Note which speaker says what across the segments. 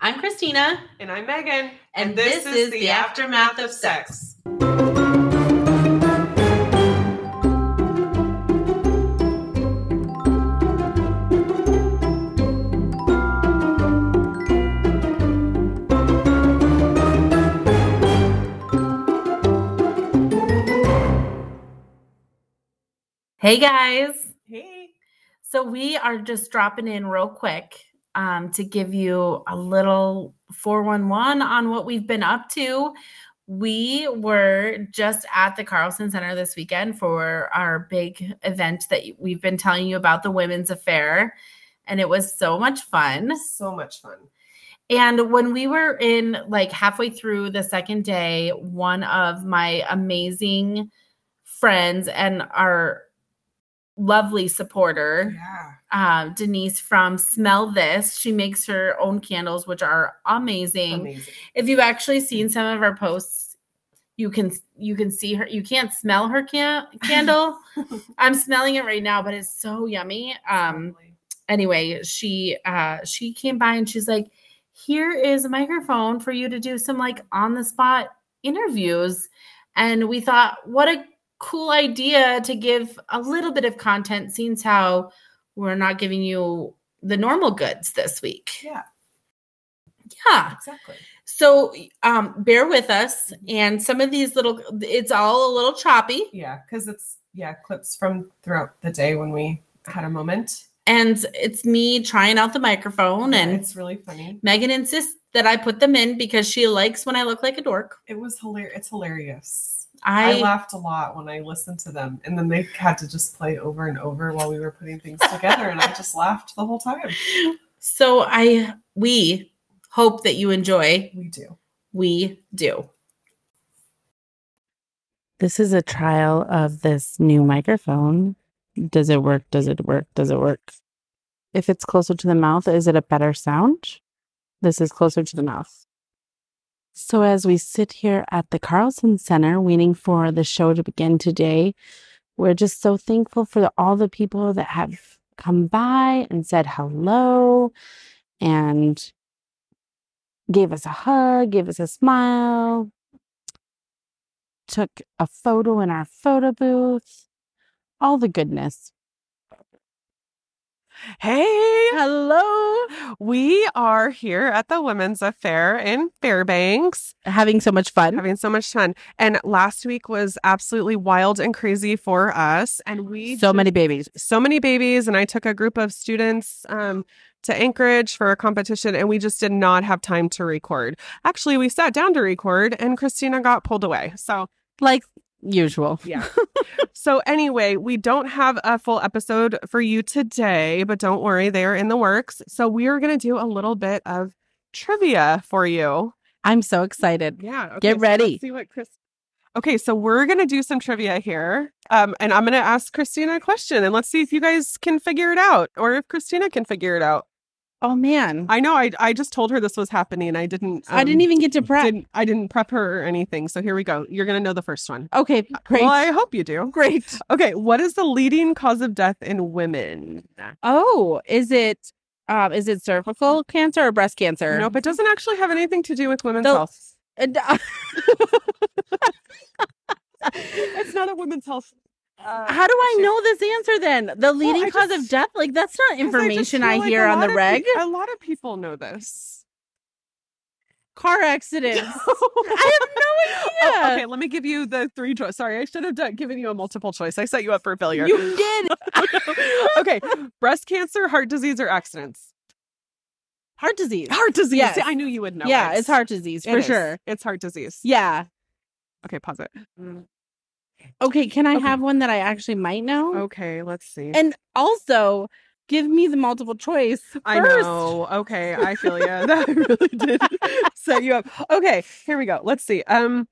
Speaker 1: I'm Christina,
Speaker 2: And I'm Megan.
Speaker 1: and, this, is the aftermath of sex. Hey guys.
Speaker 2: Hey.
Speaker 1: So we are just dropping in real quick um, to give you a little 411 on what we've been up to. We were just at the Carlson Center this weekend for our big event that we've been telling you about the Women's Affair. And it was so much fun.
Speaker 2: So much fun.
Speaker 1: And when we were in like halfway through the second day, one of my amazing friends and our lovely supporter,
Speaker 2: Yeah.
Speaker 1: um, Denise from Smell This. She makes her own candles, which are amazing.
Speaker 2: Amazing.
Speaker 1: If you've actually seen some of our posts, you can you can see her. You can't smell her can- candle. I'm smelling it right now, but it's so yummy. Um,
Speaker 2: Lovely.
Speaker 1: anyway, she uh, she came by and she's like, "Here is a microphone for you to do some like on the spot interviews," and we thought, what a cool idea to give a little bit of content. Seems how we're not giving you the normal goods this week.
Speaker 2: Yeah,
Speaker 1: Yeah.
Speaker 2: exactly.
Speaker 1: So um, bear with us, and some of these little, it's all a little choppy.
Speaker 2: Yeah, because it's yeah, clips from throughout the day when we had a moment.
Speaker 1: and it's me trying out the microphone
Speaker 2: Yeah,
Speaker 1: and
Speaker 2: it's really funny.
Speaker 1: megan insists that i put them in because she likes when i look like a dork
Speaker 2: It was hilarious. It's hilarious. I,
Speaker 1: i,
Speaker 2: laughed a lot when I listened to them, and then they had to just play over and over while we were putting things together, and I just laughed the whole time.
Speaker 1: so i we hope that you enjoy
Speaker 2: We do.
Speaker 1: we do
Speaker 3: This is a trial of this new microphone. Does it work? Does it work? Does it work? If it's closer to the mouth, is it a better sound? This is closer to the mouth. So, as we sit here at the Carlson Center waiting for the show to begin today, we're just so thankful for the- all the people that have come by and said hello and gave us a hug, gave us a smile, took a photo in our photo booth. All the goodness.
Speaker 4: Hey, hello. We are here at the Women's Affair in Fairbanks,
Speaker 3: Having so much fun.
Speaker 4: having so much fun. And last week was absolutely wild and crazy for us. And we
Speaker 3: So many babies.
Speaker 4: so many babies and I took a group of students um, to Anchorage for a competition and we just did not have time to record. Actually, we sat down to record and Christina got pulled away. So,
Speaker 3: Like usual.
Speaker 4: yeah. so anyway, we don't have a full episode for you today, but don't worry, they are in the works. So we are going to do a little bit of trivia for you.
Speaker 3: I'm so excited.
Speaker 4: Yeah. Okay,
Speaker 3: Get
Speaker 4: so
Speaker 3: ready.
Speaker 4: let's see what Chris Okay, so we're gonna do some trivia here. Um, and I'm gonna ask Christina a question and let's see if you guys can figure it out or if Christina can figure it out.
Speaker 3: Oh man. I,
Speaker 4: I know I I just told her this was happening. I didn't um,
Speaker 3: didn't even get to prep.
Speaker 4: didn't, I didn't prep her or anything. So here we go. You're gonna know the first one.
Speaker 3: Okay, great.
Speaker 4: Uh, Well, I hope you do.
Speaker 3: great.
Speaker 4: Okay, what is the leading cause of death in women?
Speaker 3: Oh, is it um is it cervical cancer or breast cancer?
Speaker 4: Nope, Uh, it doesn't actually have anything to do with women's
Speaker 3: The-
Speaker 4: health.
Speaker 3: And- uh,
Speaker 4: It's not a women's health. Uh,
Speaker 3: How do I
Speaker 4: issue.
Speaker 3: know this answer then? The leading
Speaker 4: I
Speaker 3: cause
Speaker 4: just-
Speaker 3: of death? Like that's not
Speaker 4: Because I just
Speaker 3: information
Speaker 4: feel
Speaker 3: I,
Speaker 4: like
Speaker 3: hear
Speaker 4: a
Speaker 3: on the
Speaker 4: lot of
Speaker 3: reg.
Speaker 4: pe- a lot of people know this.
Speaker 3: Car accidents. I have no
Speaker 4: Oh,
Speaker 3: idea.
Speaker 4: okay, let me give you the three choice. Sorry, I should have done, given you a multiple choice. I set you up for failure.
Speaker 3: You did
Speaker 4: okay, breast cancer, heart disease, or accidents?
Speaker 3: heart disease.
Speaker 4: Heart disease.
Speaker 3: Yes.
Speaker 4: See, I knew you would know.
Speaker 3: yeah,
Speaker 4: it.
Speaker 3: it's heart disease
Speaker 4: It
Speaker 3: for
Speaker 4: is.
Speaker 3: sure.
Speaker 4: It's heart disease.
Speaker 3: Yeah.
Speaker 4: Okay, pause it.
Speaker 3: Okay, can I
Speaker 4: Okay.
Speaker 3: have one that I actually might know?
Speaker 4: Okay, let's see.
Speaker 3: And also, give me the multiple choice.
Speaker 4: I
Speaker 3: first.
Speaker 4: know. Okay, I feel you. That really did set you up. Okay, here we go. Let's see. Um,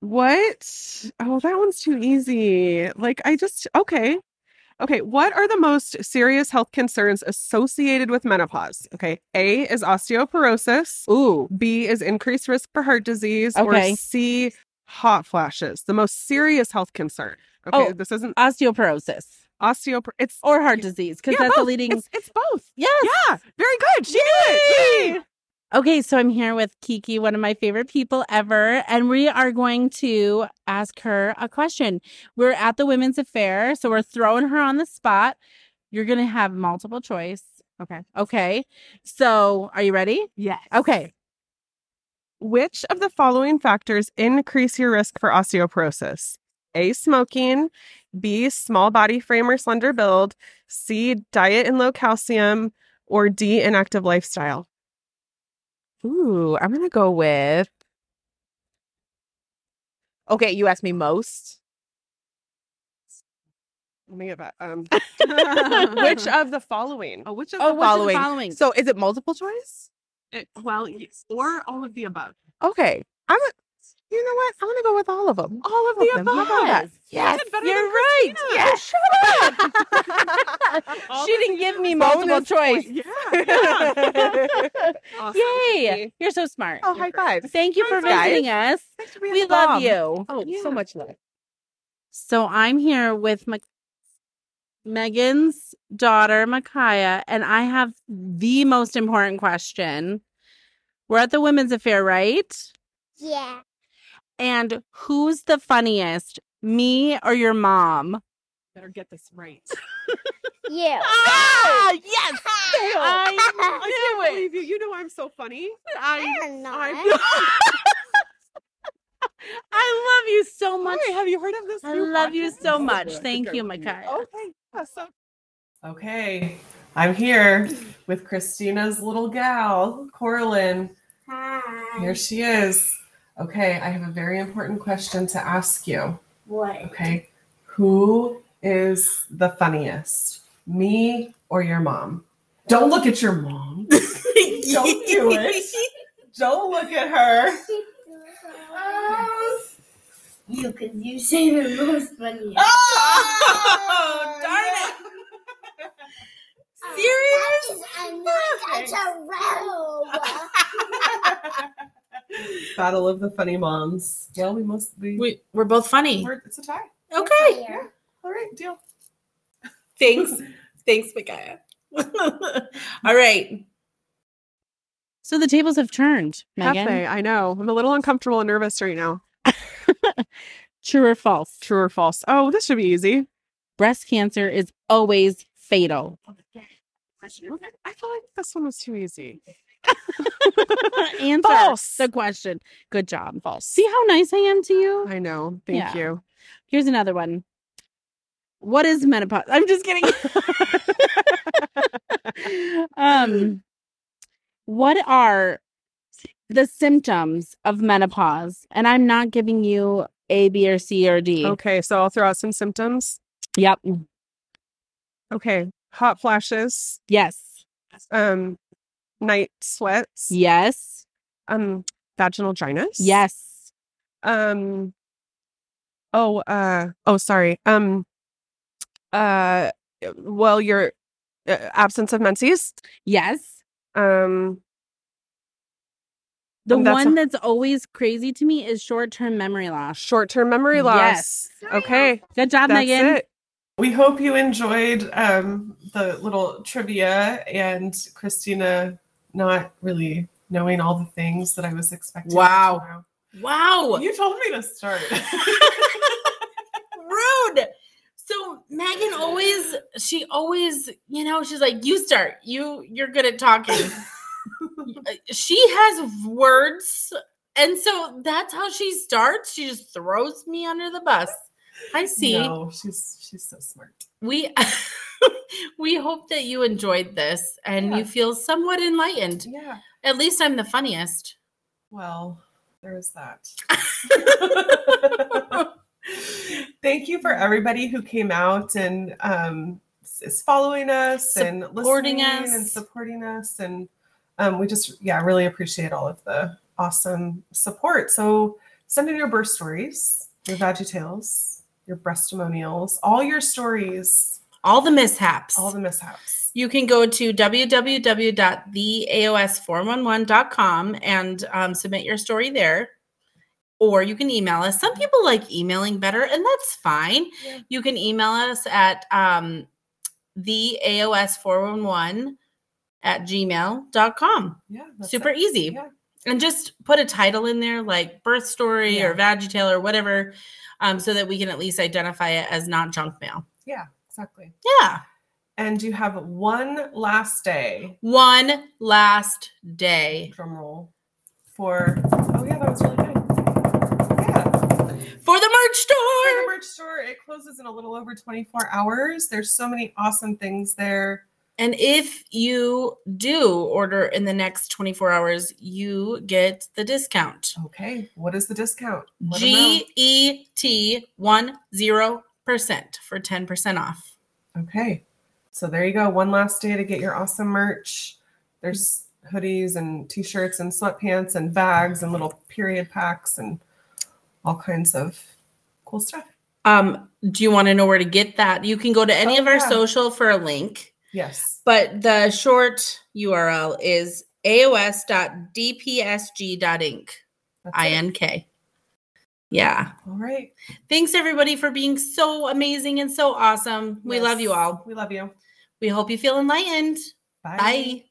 Speaker 4: what? Oh, that one's too easy. Like I just okay, okay. What are the most serious health concerns associated with menopause? Okay, A is osteoporosis.
Speaker 3: Ooh.
Speaker 4: B is increased risk for heart disease.
Speaker 3: Okay.
Speaker 4: Or C, hot flashes. The most serious health concern. Okay,
Speaker 3: Oh.
Speaker 4: this isn't
Speaker 3: Osteoporosis
Speaker 4: osteopor. It's
Speaker 3: or heart
Speaker 4: Yeah.
Speaker 3: disease because
Speaker 4: Yeah,
Speaker 3: that's the
Speaker 4: both.
Speaker 3: leading.
Speaker 4: It's, it's both.
Speaker 3: Yes.
Speaker 4: Yeah, very good. She knew it. Yay!
Speaker 3: Okay, so I'm here with Kiki, one of my favorite people ever, and we are going to ask her a question. We're at the Women's Affair, so we're throwing her on the spot. You're going to have multiple choice.
Speaker 4: Okay.
Speaker 3: Okay. So, are you ready?
Speaker 4: Yes.
Speaker 3: Okay.
Speaker 4: Which of the following factors increase your risk for osteoporosis? A. Smoking. B. Small body frame or slender build. C. Diet and low calcium. Or D. Inactive lifestyle.
Speaker 5: Ooh, I'm gonna go with. Okay, you asked me most.
Speaker 4: Let me get back. um,
Speaker 5: Which of the following?
Speaker 4: oh, which of
Speaker 5: Oh,
Speaker 4: the
Speaker 5: which of the
Speaker 3: Following.
Speaker 5: So is it multiple choice?
Speaker 4: it, well, yes, or all of the above?
Speaker 5: Okay, I'm. A, you know what? I'm gonna go with all of them. All of
Speaker 4: the
Speaker 5: them. You got
Speaker 4: above.
Speaker 5: it. Yes,
Speaker 4: did better
Speaker 5: you're
Speaker 4: than
Speaker 5: right.
Speaker 4: Christina.
Speaker 5: Yeah, shut
Speaker 4: All
Speaker 5: up. she
Speaker 4: of
Speaker 5: didn't
Speaker 4: the
Speaker 5: give me
Speaker 4: above.
Speaker 5: multiple choice.
Speaker 4: Yeah. yeah. Awesome.
Speaker 3: Yay. You're so smart.
Speaker 5: oh, high five.
Speaker 3: Thank you
Speaker 5: High
Speaker 3: for
Speaker 5: five.
Speaker 3: visiting us.
Speaker 4: Thanks for being
Speaker 3: We
Speaker 4: the
Speaker 3: love
Speaker 4: bomb.
Speaker 3: you.
Speaker 5: Oh,
Speaker 4: Yeah.
Speaker 5: so much love.
Speaker 3: So I'm here with Mac- Megan's daughter, Micaiah, and I have the most important question. We're at the women's affair, right?
Speaker 6: Yeah.
Speaker 3: And who's the funniest, me or your mom?
Speaker 4: Better get this right.
Speaker 6: You.
Speaker 3: Ah, yes!
Speaker 6: I
Speaker 4: I can't believe you. You know I'm so funny.
Speaker 6: am
Speaker 4: I-
Speaker 6: not.
Speaker 3: I love you so much.
Speaker 4: Sorry, have you heard of this?
Speaker 3: I
Speaker 4: new
Speaker 3: love you
Speaker 4: podcast?
Speaker 3: so much. Thank you, Micaiah.
Speaker 4: Okay. Yeah, so
Speaker 2: Okay, I'm here with Christina's little gal, Corlin. Here
Speaker 6: Hi.
Speaker 2: she is. Okay, I have a very important question to ask you.
Speaker 6: What?
Speaker 2: Okay, who is the funniest, me or your mom? Don't look at your mom. Don't do it. Don't look at her.
Speaker 6: You, because you say the most Ah, funny.
Speaker 2: Oh,
Speaker 4: Ah!
Speaker 2: darn it.
Speaker 6: Serious? I'm not a
Speaker 2: Battle of the funny moms. Well, we must be.
Speaker 1: We, we're both funny.
Speaker 2: we're- it's a tie.
Speaker 1: okay.
Speaker 2: All right, deal.
Speaker 1: Thanks. Thanks, Micaiah. All right.
Speaker 3: So the tables have turned, Megan.
Speaker 4: Cafe, I know. I'm a little uncomfortable and nervous right now.
Speaker 3: True or false?
Speaker 4: True or false? Oh, this should be easy.
Speaker 3: Breast cancer is always fatal.
Speaker 4: Okay, I feel like this one was too easy.
Speaker 3: Answer
Speaker 4: False.
Speaker 3: the question. Good job. False. See how nice I am to you?
Speaker 4: I know. Thank
Speaker 3: Yeah.
Speaker 4: you.
Speaker 3: Here's another one. What is menopause? I'm just kidding. um, what are the symptoms of menopause? And I'm not giving you A, B, or C or D.
Speaker 4: Okay, so I'll throw out some symptoms.
Speaker 3: Yep.
Speaker 4: Okay, hot flashes,
Speaker 3: Yes.
Speaker 4: um, night sweats,
Speaker 3: Yes.
Speaker 4: um, vaginal dryness.
Speaker 3: Yes.
Speaker 4: Um. Oh. Uh. Oh. Sorry. Um. Uh. Well, your uh, absence of menses.
Speaker 3: Yes.
Speaker 4: Um.
Speaker 3: The
Speaker 4: And that's a-
Speaker 3: one that's always crazy to me is short-term memory loss.
Speaker 4: Short-term memory loss.
Speaker 3: Ah. Yes.
Speaker 4: Okay.
Speaker 3: Good job,
Speaker 4: That's
Speaker 3: Megan.
Speaker 4: it.
Speaker 2: We hope you enjoyed um, the little trivia and Christina not really knowing all the things that I was expecting.
Speaker 1: Wow.
Speaker 2: to know.
Speaker 1: Wow.
Speaker 2: You told me to start.
Speaker 1: Rude. So Megan always, she always, you know, she's like, you start. You you're good at talking. uh, she has words. And so that's how she starts. She just throws me under the bus. I see.
Speaker 2: No, she's she's so smart.
Speaker 1: we we hope that you enjoyed this and
Speaker 2: Yeah.
Speaker 1: you feel somewhat enlightened
Speaker 2: Yeah.
Speaker 1: at least i'm the funniest
Speaker 2: Well, there is that. Thank you for everybody who came out and um, s- is following us and
Speaker 1: Supporting
Speaker 2: listening and
Speaker 1: us.
Speaker 2: supporting us. And um, we just, yeah, really appreciate all of the awesome support. So send in your birth stories, your veggie tales, your breastimonials, all your stories,
Speaker 1: all the mishaps
Speaker 2: all the mishaps.
Speaker 1: you can go to www.theaos411.com and um, submit your story there or you can email us some people like emailing better and that's fine
Speaker 2: Yeah.
Speaker 1: you can email us at um, the aos 411 at gmail.com.
Speaker 4: Yeah. that's
Speaker 1: Super
Speaker 4: it.
Speaker 1: easy.
Speaker 4: Yeah.
Speaker 1: And just put a title in there like birth story
Speaker 4: Yeah.
Speaker 1: or veggie tale or whatever, um, so that we can at least identify it as not junk mail.
Speaker 4: Yeah, exactly.
Speaker 1: Yeah.
Speaker 4: And you have one last day,
Speaker 1: One last day
Speaker 4: drum roll, for, oh yeah, that was really good. Yeah.
Speaker 1: for the merch
Speaker 4: For the
Speaker 1: store.
Speaker 4: merch store, it closes in a little over 24 hours. There's so many awesome things there.
Speaker 1: And if you do order in the next 24 hours, you get the discount.
Speaker 4: Okay, what is the discount? Let 'em know.
Speaker 1: G E T one zero percent for ten percent off.
Speaker 4: Okay. So there you go. One last day to get your awesome merch. There's hoodies and t-shirts and sweatpants and bags and little period packs and all kinds of cool stuff.
Speaker 1: Um, do you want to know where to get that? You can go to any
Speaker 4: Oh,
Speaker 1: of our
Speaker 4: yeah.
Speaker 1: social for a link,
Speaker 4: Yes.
Speaker 1: but the short URL is aos.dpsg.inc.
Speaker 4: That's it.
Speaker 1: I-N-K. Yeah.
Speaker 4: All right.
Speaker 1: Thanks everybody for being so amazing and so awesome. We love you
Speaker 4: Yes.
Speaker 1: all.
Speaker 4: We love you.
Speaker 1: We hope you feel enlightened. Bye.